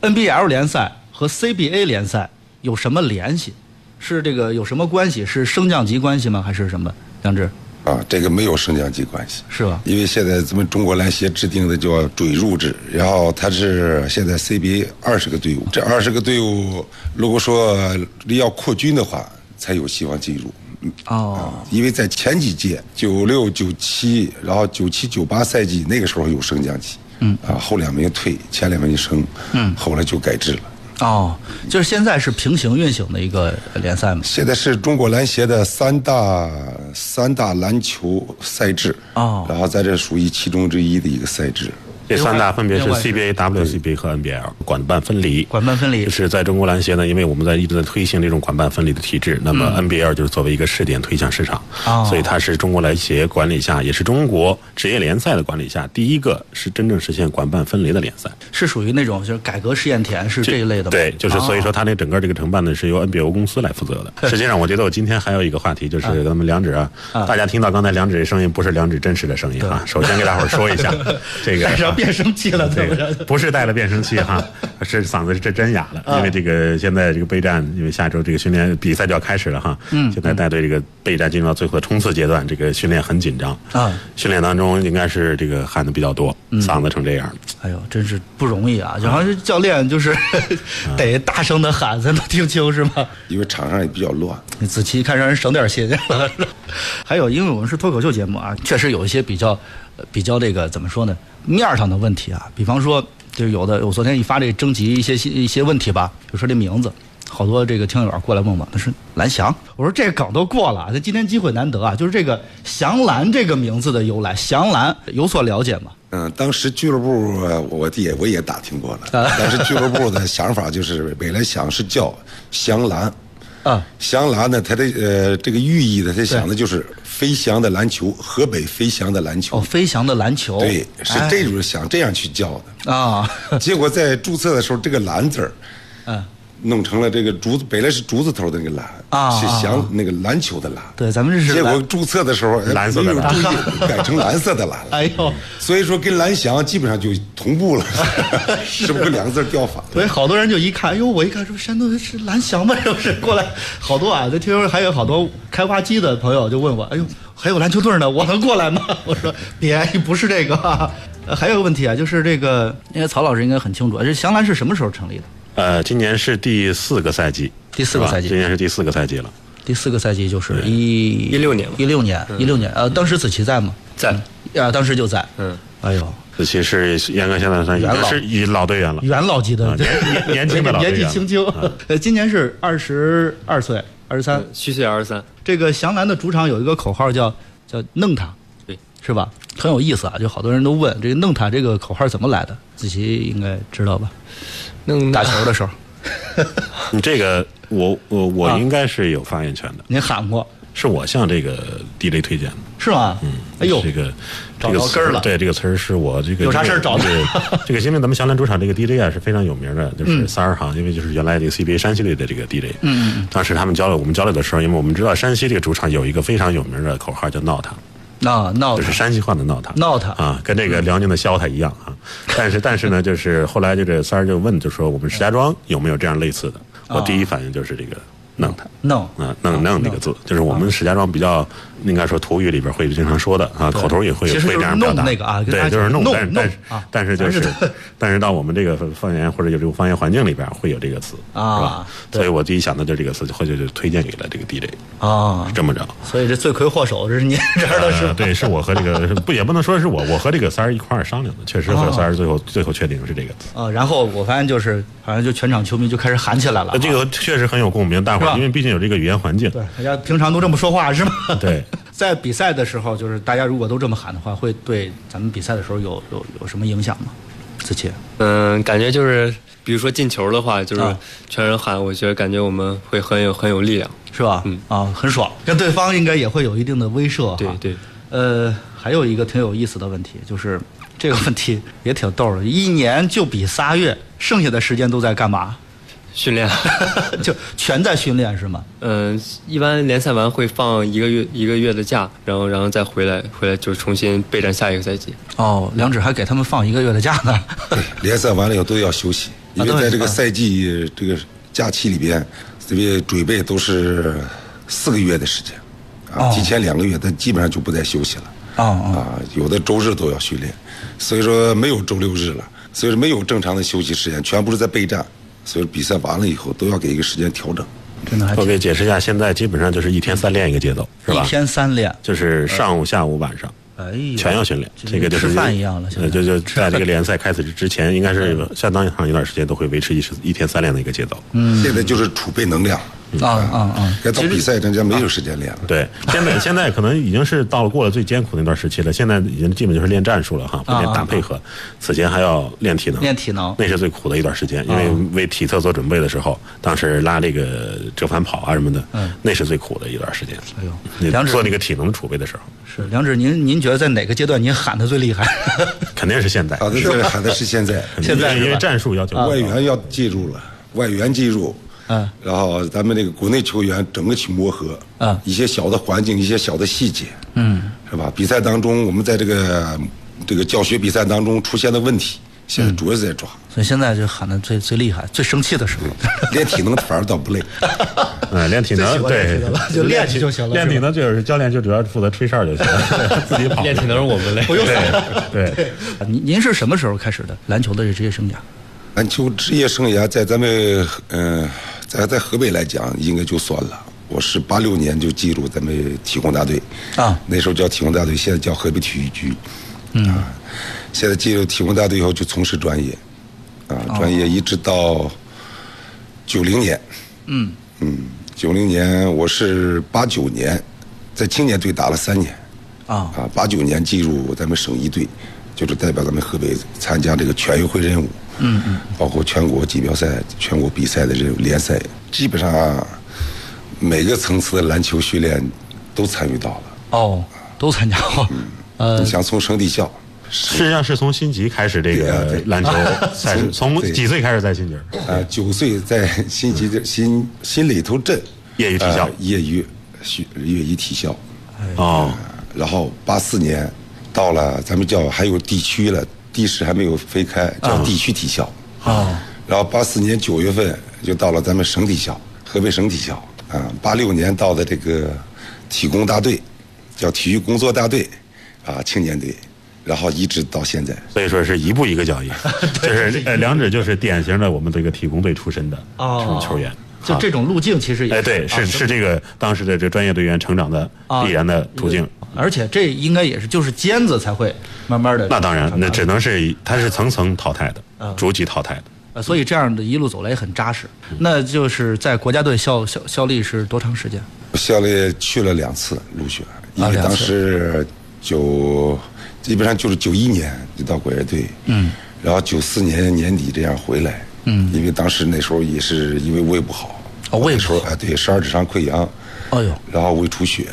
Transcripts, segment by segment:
NBL 联赛和 CBA 联赛有什么联系？是这个有什么关系？是升降级关系吗？还是什么？杨志啊，这个没有升降级关系，是吧？因为现在咱们中国篮协制定的叫准入制，然后它是现在 CBA 二十个队伍，这二十个队伍如果说要扩军的话，才有希望进入。嗯啊哦，因为在前几届九六、九七，然后九七、九八赛季那个时候有升降级，嗯，啊，后两名退，前两名升，嗯，后来就改制了。哦，就是现在是平行运行的一个联赛嘛。现在是中国篮协的三大三大篮球赛制，哦然后在这属于其中之一的一个赛制。这三大分别是另外 CBA、WCBA 和 NBL，管啊办分离。管办分离就是在中国篮协呢，因为我们在一直在推行这种管办分离的体制，那么 NBL 就是作为一个试点推向市场，嗯哦所以它是中国篮协管理下，也是中国职业联赛的管理下第一个是真正实现管办分离的联赛。是属于那种就是改革试验田是这一类的吗？哦对，就是所 以说，它那整个这个承办呢是由 NBO 公司来负责的。实际上，我觉得我今天还有一个话题，嗯就是咱们梁指啊，大家听到刚才梁指的声音，不是梁指真实的声音啊。首先给大伙儿说一 下，这个带上变声器了，对对不 对？，不是带了变声器哈， 是嗓子是真真哑了，啊因为这个现在这个备战，因为下周这个训练比赛就要开始了哈，嗯，现在带队这个备战进入到最后的冲刺阶段，这个训练很紧张啊嗯训练当中应该是这个喊的比较多，嗓子成这样，哎呦，真是不容易啊！就好像是教练，就是 得大声的喊才能听清，是吗？因为场上也比较乱，你子琪看让人省点心。 还有，因为我们是脱口秀节目啊，确实有一些比较、呃比较这个怎么说呢，面儿上的问题啊。比方说，就是有的我昨天一发这个征集一些信一些问题吧，比如说这名字，好多这个听友过来问我，他说蓝翔，我说这梗都过了，那今天机会难得啊，就是这个翔蓝这个名字的由来，翔蓝有所了解吗？嗯，当时俱乐部呃我也我也打听过了，啊 当时俱乐部的想法就是本来想是叫翔篮，啊，翔篮呢，它的呃这个寓意呢，它想的就是飞翔的篮球，河北飞翔的篮球，哦，飞翔的篮球，对，是哎这种想这样去叫的。啊， 结果在注册的时候，这个“兰”字儿，嗯，弄成了这个竹子，本来是竹字头的那个“兰”，啊是啊翔那个篮球的“篮”。对咱们这是结果篮注册的时候，哎蓝色的没有蓝注意， 改成蓝色的“蓝”了。哎呦。所以说，跟蓝翔基本上就同 步了，是不是两个字儿调反了？所以好多人就一看，哎呦，我一看，这不山东是蓝翔吗？这不是过来好多啊，这听说还有好多开挖机的朋友就问我，哎呦，还有篮球队呢， 我能过来吗？我说别，不是这个、 啊。呃还有个问题啊，就是这个，应该曹老师应该很清楚，这翔篮是什么时候成立的？呃，今年是第四个赛季，第四个是吧赛季今年是第四个赛季了。第四个赛季就是嗯一16年吧一六年，一六年。呃，当时子琪在吗？在嗯，啊，当时就在。嗯，哎呦，尤其是严格现在算已元经老是以老队员了，元老级的，啊年年年轻的老 队年纪员了轻轻。呃，今年是二十二岁，二十三。虚岁二十三，这个翔南的主场有一个口号叫叫“弄他”，对，是吧？很有意思啊，就好多人都问这个“弄他”这个口号怎么来的，子琪应该知道吧？弄打球的时候嗯你这个我我我啊应该是有发言权的，您喊过是我向这个地雷推荐的。是吗？哎呦，这个找这个到词根儿了对，这个词儿是我这个有啥事儿找他对， 这个因为咱们祥兰主场这个 DJ 啊是非常有名的，嗯就是三二行，因为就是原来这个 CBA 山西队的这个 DJ。嗯，当时他们交流，我们交流的时候，因为我们知道山西这个主场有一个非常有名的口号叫“闹他”。那闹就是山西话的闹他，哦闹他啊，跟这个辽宁的消他一样啊。但是但是呢，就是后来就这三儿就问，就说我们石家庄有没有这样类似的？哦我第一反应就是这个弄他。闹啊，弄弄这个字，就是我哦们石家庄比较应该说土语里边会经常说的啊，口头也会其实就是会这样表达弄那个啊跟大家对，就是弄，弄但是但是弄啊但是就还 是是的但是到我们这个方言或者有这个方言环境里边会有这个词啊是吧？对所以我第一想到就是这个词，或者就推荐给了这个 DJ，啊是，这么着。所以这罪魁祸首这是您这 儿的是吧？呃对，是我和这个不也不能说是我，我和这个三儿一块儿商量的，确实和哦三儿最后最后确定是这个词。啊，然后我发现就是好像就全场球迷就开始喊起来了啊，呃这个确实很有共鸣，大伙是吧儿因为毕竟有这个语言环境，对大家平常都这么说话是吗？对。 在比赛的时候，就是大家如果都这么喊的话，会对咱们比赛的时候有有有什么影响吗？子琪，嗯，感觉就是，比如说进球的话，就是啊全人喊，我觉得感觉我们会很有很有力量。是吧？嗯啊，很爽，跟对方应该也会有一定的威慑哈。对对。呃，还有一个挺有意思的问题，就是这个问题也挺逗的，一年就比仨月，剩下的时间都在干嘛？ 训练， 就全在训练是吗？嗯，一般联赛完会放一个月一个月的假，然后然后再回来，回来就重新备战下一个赛季。哦，梁指还给他们放一个月的假呢。 联赛完了以后都要休息，因为都是在这个啊赛季这个假期里边，这个准备都是四个月的时间，啊，哦提前两个月，他基本上就不再休息了。啊啊啊，有的周日都要训练，所以说没有周六日了，所以说没有正常的休息时间，全部是在备战，所以比赛完了以后都要给一个时间调整。真的还我挺给解释一下，现在基本上就是一天三练一个节奏，是吧？一天三练，就是上午、下午、晚上。哎呦，全要训练，这个就是吃饭一样了，现在嗯呃就就在 这个联赛开始之前，应该是相当长一段时间都会维持一时一天三练的一个节奏。嗯，现在就是储备能量，嗯啊啊啊！该到比赛咱家没有时间练了。对，现在现在可能已经是到了过了最艰苦那段时期了，现在已经基本就是练战术了哈，不啊练啊打配合，此前还要练体能，练体能啊那是最苦的一段时间，因为为体测做准备的时候，当时拉这个折返跑啊什么的，嗯那是最苦的一段时间。哎呦你梁指做那个体能储备的时候，是梁指，您您觉得在哪个阶段您喊的最厉害？ 肯定是现在，啊，那这个喊的是现在，肯定现在因是为吧啊战术要求高外援要介入了，外援介入，嗯，然后咱们那个国内球员整个去磨合，嗯一些小的环境，一些小的细节，嗯，是吧？比赛当中，我们在这个这个教学比赛当中出现的问题，现在主要是在抓，所以现在就喊的最最厉害、最生气的时候。练体能反而倒不累。嗯，练体最喜能欢练对体能了，就练去就行了练体能就是教练就主要负责吹哨就行， 自己跑练体能是我们累，不用 对。嗯您您是什么时候开始的篮球的这职业生涯？篮球职业生涯在咱们嗯、呃，在在河北来讲，应该就算了。我是八六年就进入咱们体控大队啊那时候叫体控大队，现在叫河北体育局。嗯、啊，现在进入体控大队以后就从事专业，啊，哦专业一直到九零年。嗯嗯，九零年我是八九年在青年队打了三年。啊啊，八九年进入咱们省一队，就是代表咱们河北参加这个全运会任务，嗯嗯，包括全国锦标赛、全国比赛的任务、联赛，基本上、啊、每个层次的篮球训练都参与到了。哦，都参加过。嗯呃你，想从省体校，实际上是从新级开始这个对 篮球赛事，从对几岁开始在新级？啊，九岁在新集的新新里头镇业余体校啊业余学业余体校，哎啊哦，然后八四年到了咱们叫还有地区了，地市还没有分开，叫地区体校。哦，然后八四年九月份就到了咱们省体校，河北省体校啊。八六年到的这个体工大队，叫体育工作大队啊，青年队，然后一直到现在。所以说是一步一个 脚印，就是呃，两指就是典型的我们这个体工队出身的哦球员。啊就这种路径其实也哎，对，啊是是这个当时的这专业队员成长的啊必然的途径。而且这应该也是就是尖子才会慢慢的。那当然，那只能是他是层层淘汰的嗯，逐级淘汰的。呃，所以这样的一路走来也很扎实。嗯那就是在国家队效效效力是多长时间？校里去了两次入选，因啊为两次当时九基本上就是九一年就到国家队，嗯，然后九四年年底这样回来，嗯，因为当时那时候也是因为胃不好，哦胃不好那时候啊对十二指肠溃疡，哎呦，然后胃出血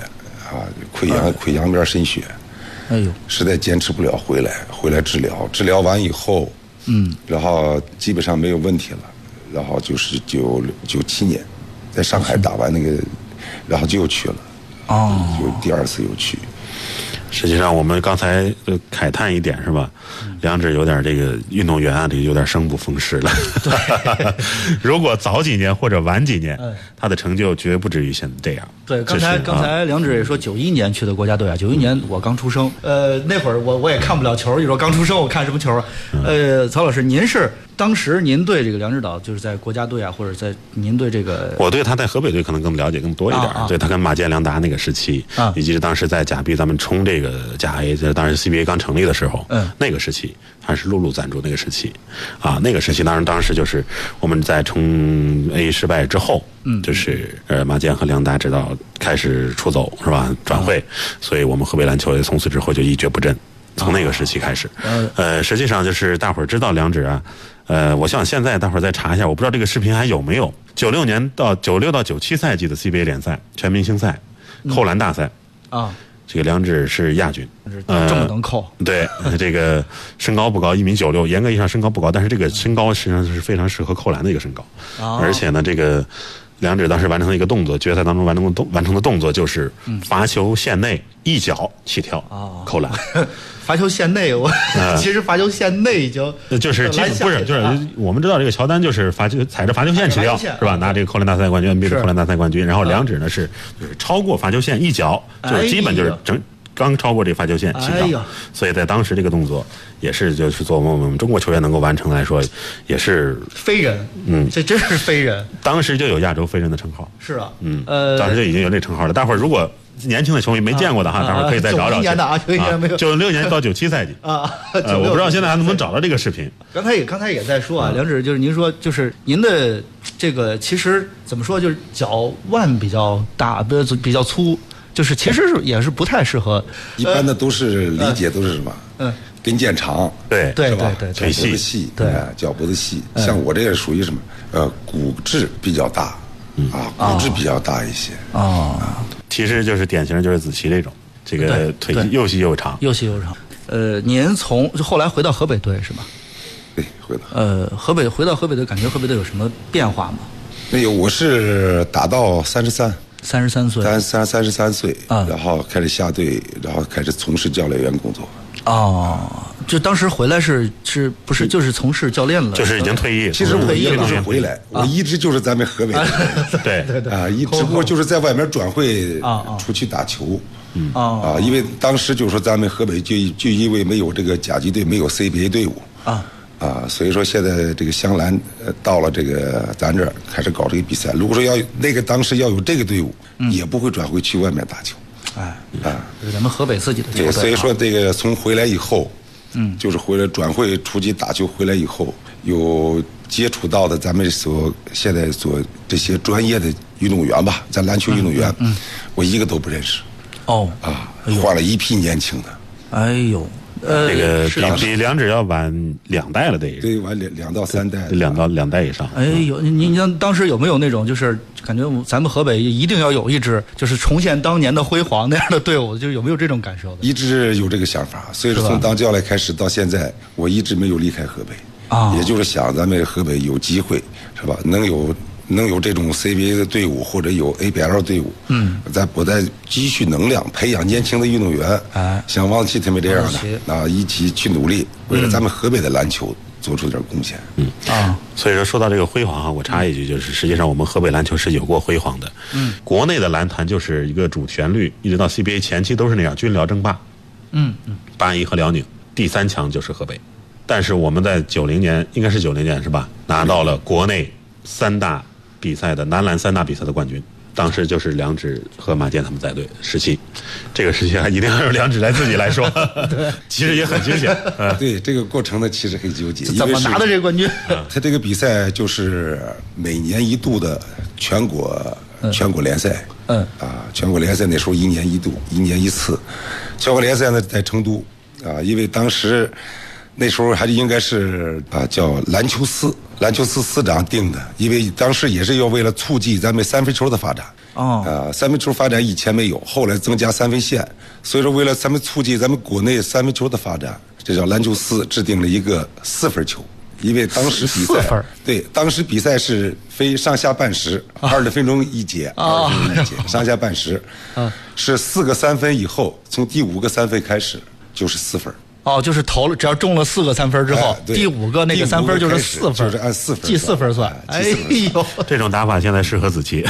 啊，溃疡溃疡边渗血，哎呦，实在坚持不了回来，回来治疗，治疗完以后，嗯，然后基本上没有问题了，然后就是九九七年，在上海打完那个，然后就又去了，哦，又第二次又去，实际上，我们刚才呃慨叹一点是吧？两指有点这个运动员啊，这有点生不逢时了。 如果早几年或者晚几年哎，他的成就绝不止于现在这样。对，这刚是才啊刚才梁指也说九一年去的国家队啊，九一年我刚出生，嗯呃，那会儿我我也看不了球，你说刚出生我看什么球啊？嗯呃，曹老师，您是当时您对这个梁指导就是在国家队啊，或者在您对这个我对他在河北队可能更了解更多一点儿，啊啊对他跟马健、梁达那个时期，啊以及当时在假币咱们冲这个假 A，就是当时 CBA 刚成立的时候，嗯那个时期还是露露赞助那个时期，啊，那个时期当然当时就是我们在冲 A 失败之后，嗯，就是呃马健和梁达指导开始出走是吧，转会，嗯所以我们河北篮球也从此之后就一蹶不振。从那个时期开始嗯，呃，实际上就是大伙儿知道梁指啊，呃，我想现在大伙儿再查一下，我不知道这个视频还有没有。九六年到九六到九七赛季的 CBA 联赛全明星赛嗯扣篮大赛，啊，这个梁指是亚军这，呃，这么能扣 对，这个身高不高，一米九六，严格意义上身高不高，但是这个身高实际上是非常适合扣篮的一个身高哦，而且呢，这个。梁指当时完成了一个动作，决赛当中完成的动完成的动作就是嗯罚球线内一脚起跳啊扣篮，罚球线内，我、 其实罚球线内已经呃啊就是基篮本下不是就是啊我们知道这个乔丹就是罚球踩着罚球线起踩跳着罚球线啊是吧？拿这个扣篮大赛冠军，NBA 的是啊扣篮大赛冠军，然后梁指呢是就是超过罚球线一脚，就是基本就是哎呀整。刚超过这罚球线起哎跳呀，所以在当时这个动作也是就是作为我们中国球员能够完成来说，也是飞人，嗯这真是飞人，当时就有亚洲飞人的称号。是啊，嗯，呃，当时就已经有这称号了。大伙儿如果年轻的球迷没见过的哈，啊大伙儿可以再找找91去。年的啊91年没有。九六年到九七赛季啊， 呃， 96我不知道现在还嗯能不能找到这个视频。刚才也刚才也在说啊，梁指就是您说就是您的这个其实怎么说就是脚腕比较大，不是比较粗，就是其实是也是不太适合。一般的都是理解都是什么？嗯，跟腱长，对对是吧？对对脚脖腿子细细，对哎脚脖子细。像我这也属于什么？呃，骨质比较大，啊，骨质比较大一些。哦，其实就是典型的就是子琪这种，这个对腿对又细又长。又细又长。呃，您从就后来回到河北队是吗？对，哎回来。呃，河北回到河北队，感觉河北队有什么变化吗？没有，我是打到三十三，三十三岁三三三十三岁，啊然后开始下队，然后开始从事教练员工作。哦，就当时回来是是不是就是从事教练了？嗯就是已经退役，其实我退役也不是了回来，我一直就是咱们河北的对 啊，一只不过就是在外面转会啊啊出去打球。哦啊，因为当时就说咱们河北就就因为没有这个甲级队，没有 CBA 队伍啊啊，所以说现在这个香兰呃到了这个咱这儿开始搞这个比赛。如果说要有那个当时要有这个队伍，也不会转会去外面打球哎，嗯啊。就是咱们河北自己的球队对，啊。所以说这个从回来以后，嗯，就是回来转会出去打球回来以后，有接触到的咱们所现在所这些专业的运动员吧，咱篮球运动员，嗯，我一个都不认识哦，啊，换了一批年轻的，哎呦，呃，这个是的比比两指要晚两代了，得对，完两两到三代，两到两代以上。哎有您当当时有没有那种就是感觉咱们河北一定要有一支就是重现当年的辉煌那样的队伍，就是有没有这种感受的？一直有这个想法，所以说是吧从当教练开始到现在，我一直没有离开河北，啊也就是想咱们河北有机会是吧？能有能有这种 CBA 的队伍或者有 ABL 队伍，嗯，咱我再积蓄能量，培养年轻的运动员，哎像汪琦他们这样汪琦的啊，一起去努力，为嗯了咱们河北的篮球做出点贡献。嗯，啊，所以说，说到这个辉煌啊，我插一句，就是实际上我们河北篮球是有过辉煌的。嗯，国内的篮坛就是一个主旋律，一直到 CBA 前期都是那样，军辽争霸，嗯嗯，八一和辽宁，第三强就是河北。但是我们在九零年，应该是九零年是吧？拿到了国内三大比赛的男篮三大比赛的冠军。当时就是梁指和马健他们在队时期，这个时期还一定要由梁指来自己来 说，其实也很惊险。 嗯对，这个过程呢其实很纠结，怎因么为是拿的这个冠军？他这个比赛就是每年一度的全国全国联赛，嗯啊，全国联赛那时候一年一度，一年一次。全国联赛呢在成都，啊，因为当时那时候还应该是啊叫篮球司篮球司司长定的，因为当时也是要为了促进咱们三分球的发展。哦啊，三分球发展以前没有，后来增加三分线，所以说为了咱们促进咱们国内三分球的发展，这叫篮球司制定了一个四分球，因为当时比四赛分儿对，当时比赛是非上下半时，啊二十、分钟一节，二十、分钟一 节，上下半时，嗯是四个三分以后，从第五个三分开始就是四分儿。哦，就是投了，只要中了四个三分之后哎，对第五个那个三分就是四第五个开分，始就是按四分算记四分算。哎哎记四分呦，这种打法现在适合子琪。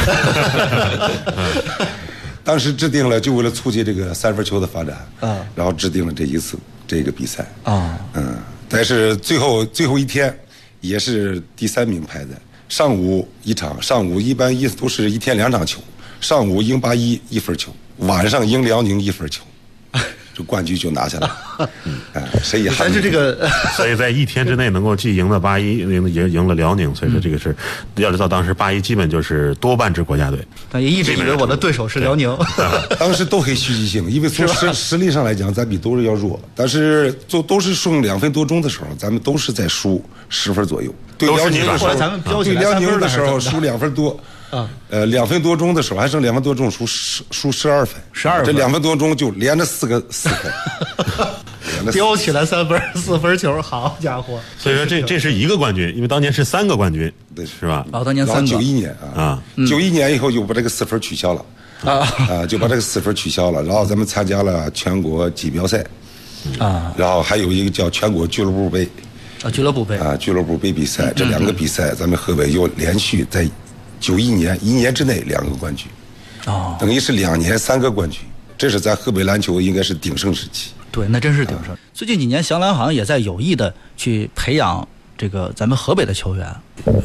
当时制定了，就为了促进这个三分球的发展，嗯然后制定了这一次这个比赛，啊嗯，但是最后最后一天也是第三名排的，上午一场，上午一般一都是一天两场球，上午英八一一分球，晚上英辽宁一分球，这冠军就拿下来了，嗯，谁也还咱是这嗯个所以在一天之内能够既赢了八一，赢赢赢了辽宁，所以说这个是要知道当时八一基本就是多半支国家队，呃，也一直以为我的对手是辽宁。 当时都很虚极性，因为从实实力上来讲，咱比都是要弱。但是就都是剩两分多钟的时候，咱们都是在输十分左右。对都是辽宁你把的时后来咱们候，飙起对来辽三分宁了的时候 还是怎么输两分多啊，呃，两分多钟的时候还剩两分多钟，输十输十二分， 12分 这两分多钟就连着四个四分，那丢起来三分 儿四分球，好家伙！所以说这这是啊一个冠军，因为当年是三个冠军，对是吧？哦，当年然后三九个嗯一年啊啊，九一年以后就把这个四分取消了，啊啊，就把这个四分取消了。然后咱们参加了全国锦标赛，啊然后还有一个叫全国俱乐部杯啊！俱乐部杯啊，俱乐部杯比赛，嗯这两个比赛咱们河北又连续在九一年一年之内两个冠军，哦，等于是两年三个冠军，这是咱河北篮球应该是鼎盛时期。对，那真是鼎盛。最近几年，祥兰好像也在有意的去培养这个咱们河北的球员，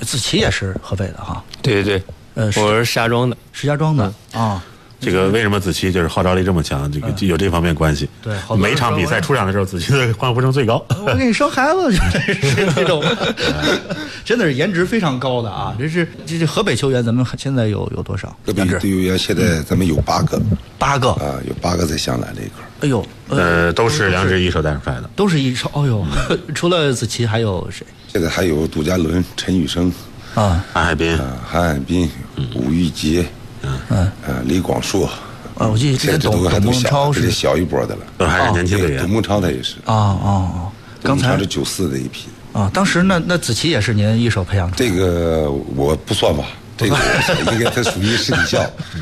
子琪也是河北的哈，对对对，呃是我是石家庄的，石家庄的啊。这个为什么子期就是号召力这么强？这个有这方面关系。嗯对好多人每场比赛说出场的时候，子期的欢呼声最高。我给你生孩子，就是这种， 真的是颜值非常高的啊！这是这这河北球员，咱们现在有有多少？河北颜值队员现在咱们有八个八个。啊，有八个在香兰这一块儿。哎呦，呃，呃，都是梁志一手带出来的。都是一超。哎呦， 除了子琪还有谁现在还有杜嘉伦、陈雨生、啊？韩海滨，啊，韩海滨、吴玉洁，嗯，啊，李广硕，啊我记得这个现在这董都还董都孟超小，这是是小一波的了。都还是哦年轻队对，员董。孟超他也是，啊啊啊！刚嗯董孟才超是九四的一批，啊，当时那那子琪也是您一手培养的这个我不算吧，这个我不算应该他属于私底校，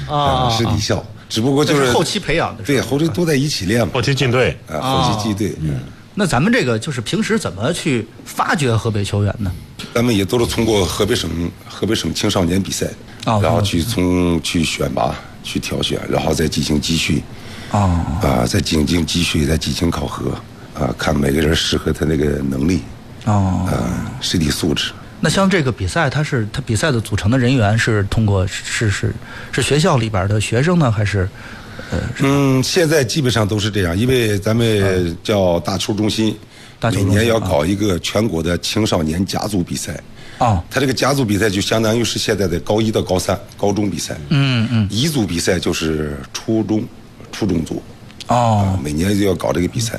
啊啊，私底校，只不过就这是是后期培养的啊是对，吧后期都在一起练嘛后，期进队，哦啊，后期队，嗯，那咱们这个就是平时怎么去发掘河北球员呢？咱们也都是通过河北省河北省青少年比赛，哦然后去从去选拔、去挑选，然后再进行集训，啊，啊，再进行集训，再进行考核，啊，看每个人适合他那个能力，哦，啊，身体素质。那像这个比赛，它是它比赛的组成的人员是通过是是是学校里边的学生呢，还是嗯，现在基本上都是这样，因为咱们叫大球中心，嗯大球每中心嗯年要搞一个全国的青少年甲组比赛。哦他这个甲组比赛就相当于是现在的高一到高三高中比赛。嗯嗯。乙组比赛就是初中初中组。哦每年就要搞这个比赛。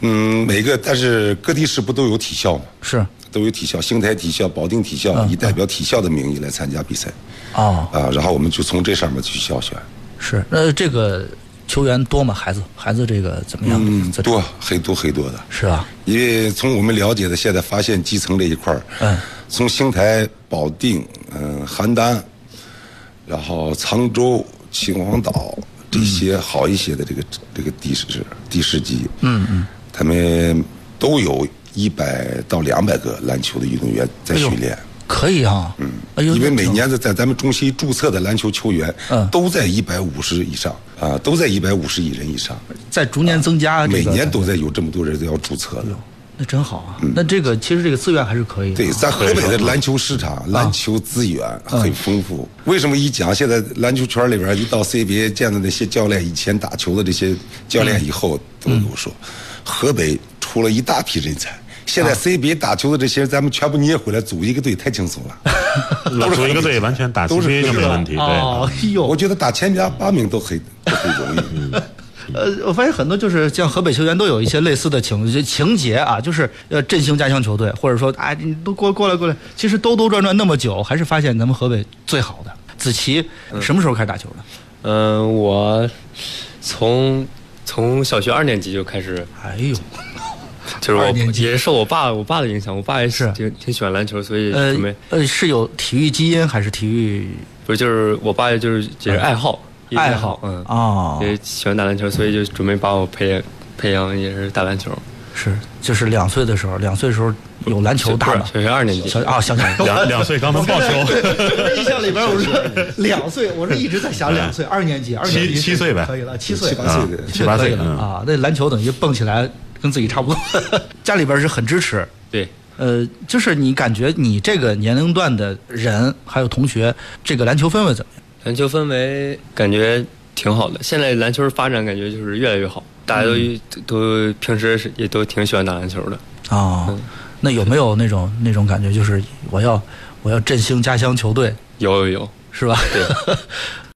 嗯，每个但是各地市不都有体校吗？是都有体校，邢台体校、保定体校，以代表体校的名义来参加比赛。哦啊，然后我们就从这上面去挑选。是那这个球员多吗？孩子孩子这个怎么样？嗯，怎多很多很多的，是啊因为从我们了解的，现在发现基层这一块儿，嗯，从邢台、保定、嗯、邯郸，然后沧州、秦皇岛这些好一些的这个、这个地市地市级，嗯嗯，他们都有一百到两百个篮球的运动员在哎呦训练。可以啊，嗯，哎呦，因为每年的在咱们中心注册的篮球球员，嗯都在一百五十以上啊，都在一百五十亿人以上，在逐年增加，这啊每个哎年都在有这么多人要注册的。那真好啊。那这个其实这个资源还是可以的嗯对，啊嗯啊，咱河北的篮球市场、篮球资源很丰富。为什么一讲现在篮球圈里边一到 CBA 见的那些教练，以前打球的这些教练以后都跟我说，河北出了一大批人才。现在 CBA 打球的这些，咱们全部捏回来组一个队，太轻松了。老组一个队完全打都是 CBA 就没问题。对，哦，哎呦我，觉得打前八八名都很都很容易。呃，我发现很多就是像河北球员都有一些类似的情情节啊，就是呃振兴家乡球队，或者说啊，你都过过来过来，其实兜兜转转那么久，还是发现咱们河北最好的。子琪什么时候开始打球的？嗯、我从从小学二年级就开始，哎呦，就是我二年级也是受我爸我爸的影响，我爸也是是挺挺喜欢篮球，所以呃准备、呃，是有体育基因还是体育不是就是我爸就是也是爱好、也嗯是爱好？嗯哦，也喜欢打篮球，所以就准备把我培养培养也是打篮球。是，就是两岁的时候，两岁的时候有篮球打不吗是？小学二年级小啊，小学两两岁刚能抱球，印象里边我是两岁，我是一直在想两岁，二年级，二年级七是七岁呗可以了，七岁，七八岁的啊七八岁可以了嗯啊。那篮球等于蹦起来跟自己差不多， 家里边是很支持。对，呃，就是你感觉你这个年龄段的人还有同学，这个篮球氛围怎么样？篮球氛围感觉挺好的，现在篮球发展感觉就是越来越好，大家都、都平时是也都挺喜欢打篮球的。啊、嗯那有没有那种那种感觉，就是我要我要振兴家乡球队，有有有，是吧？对。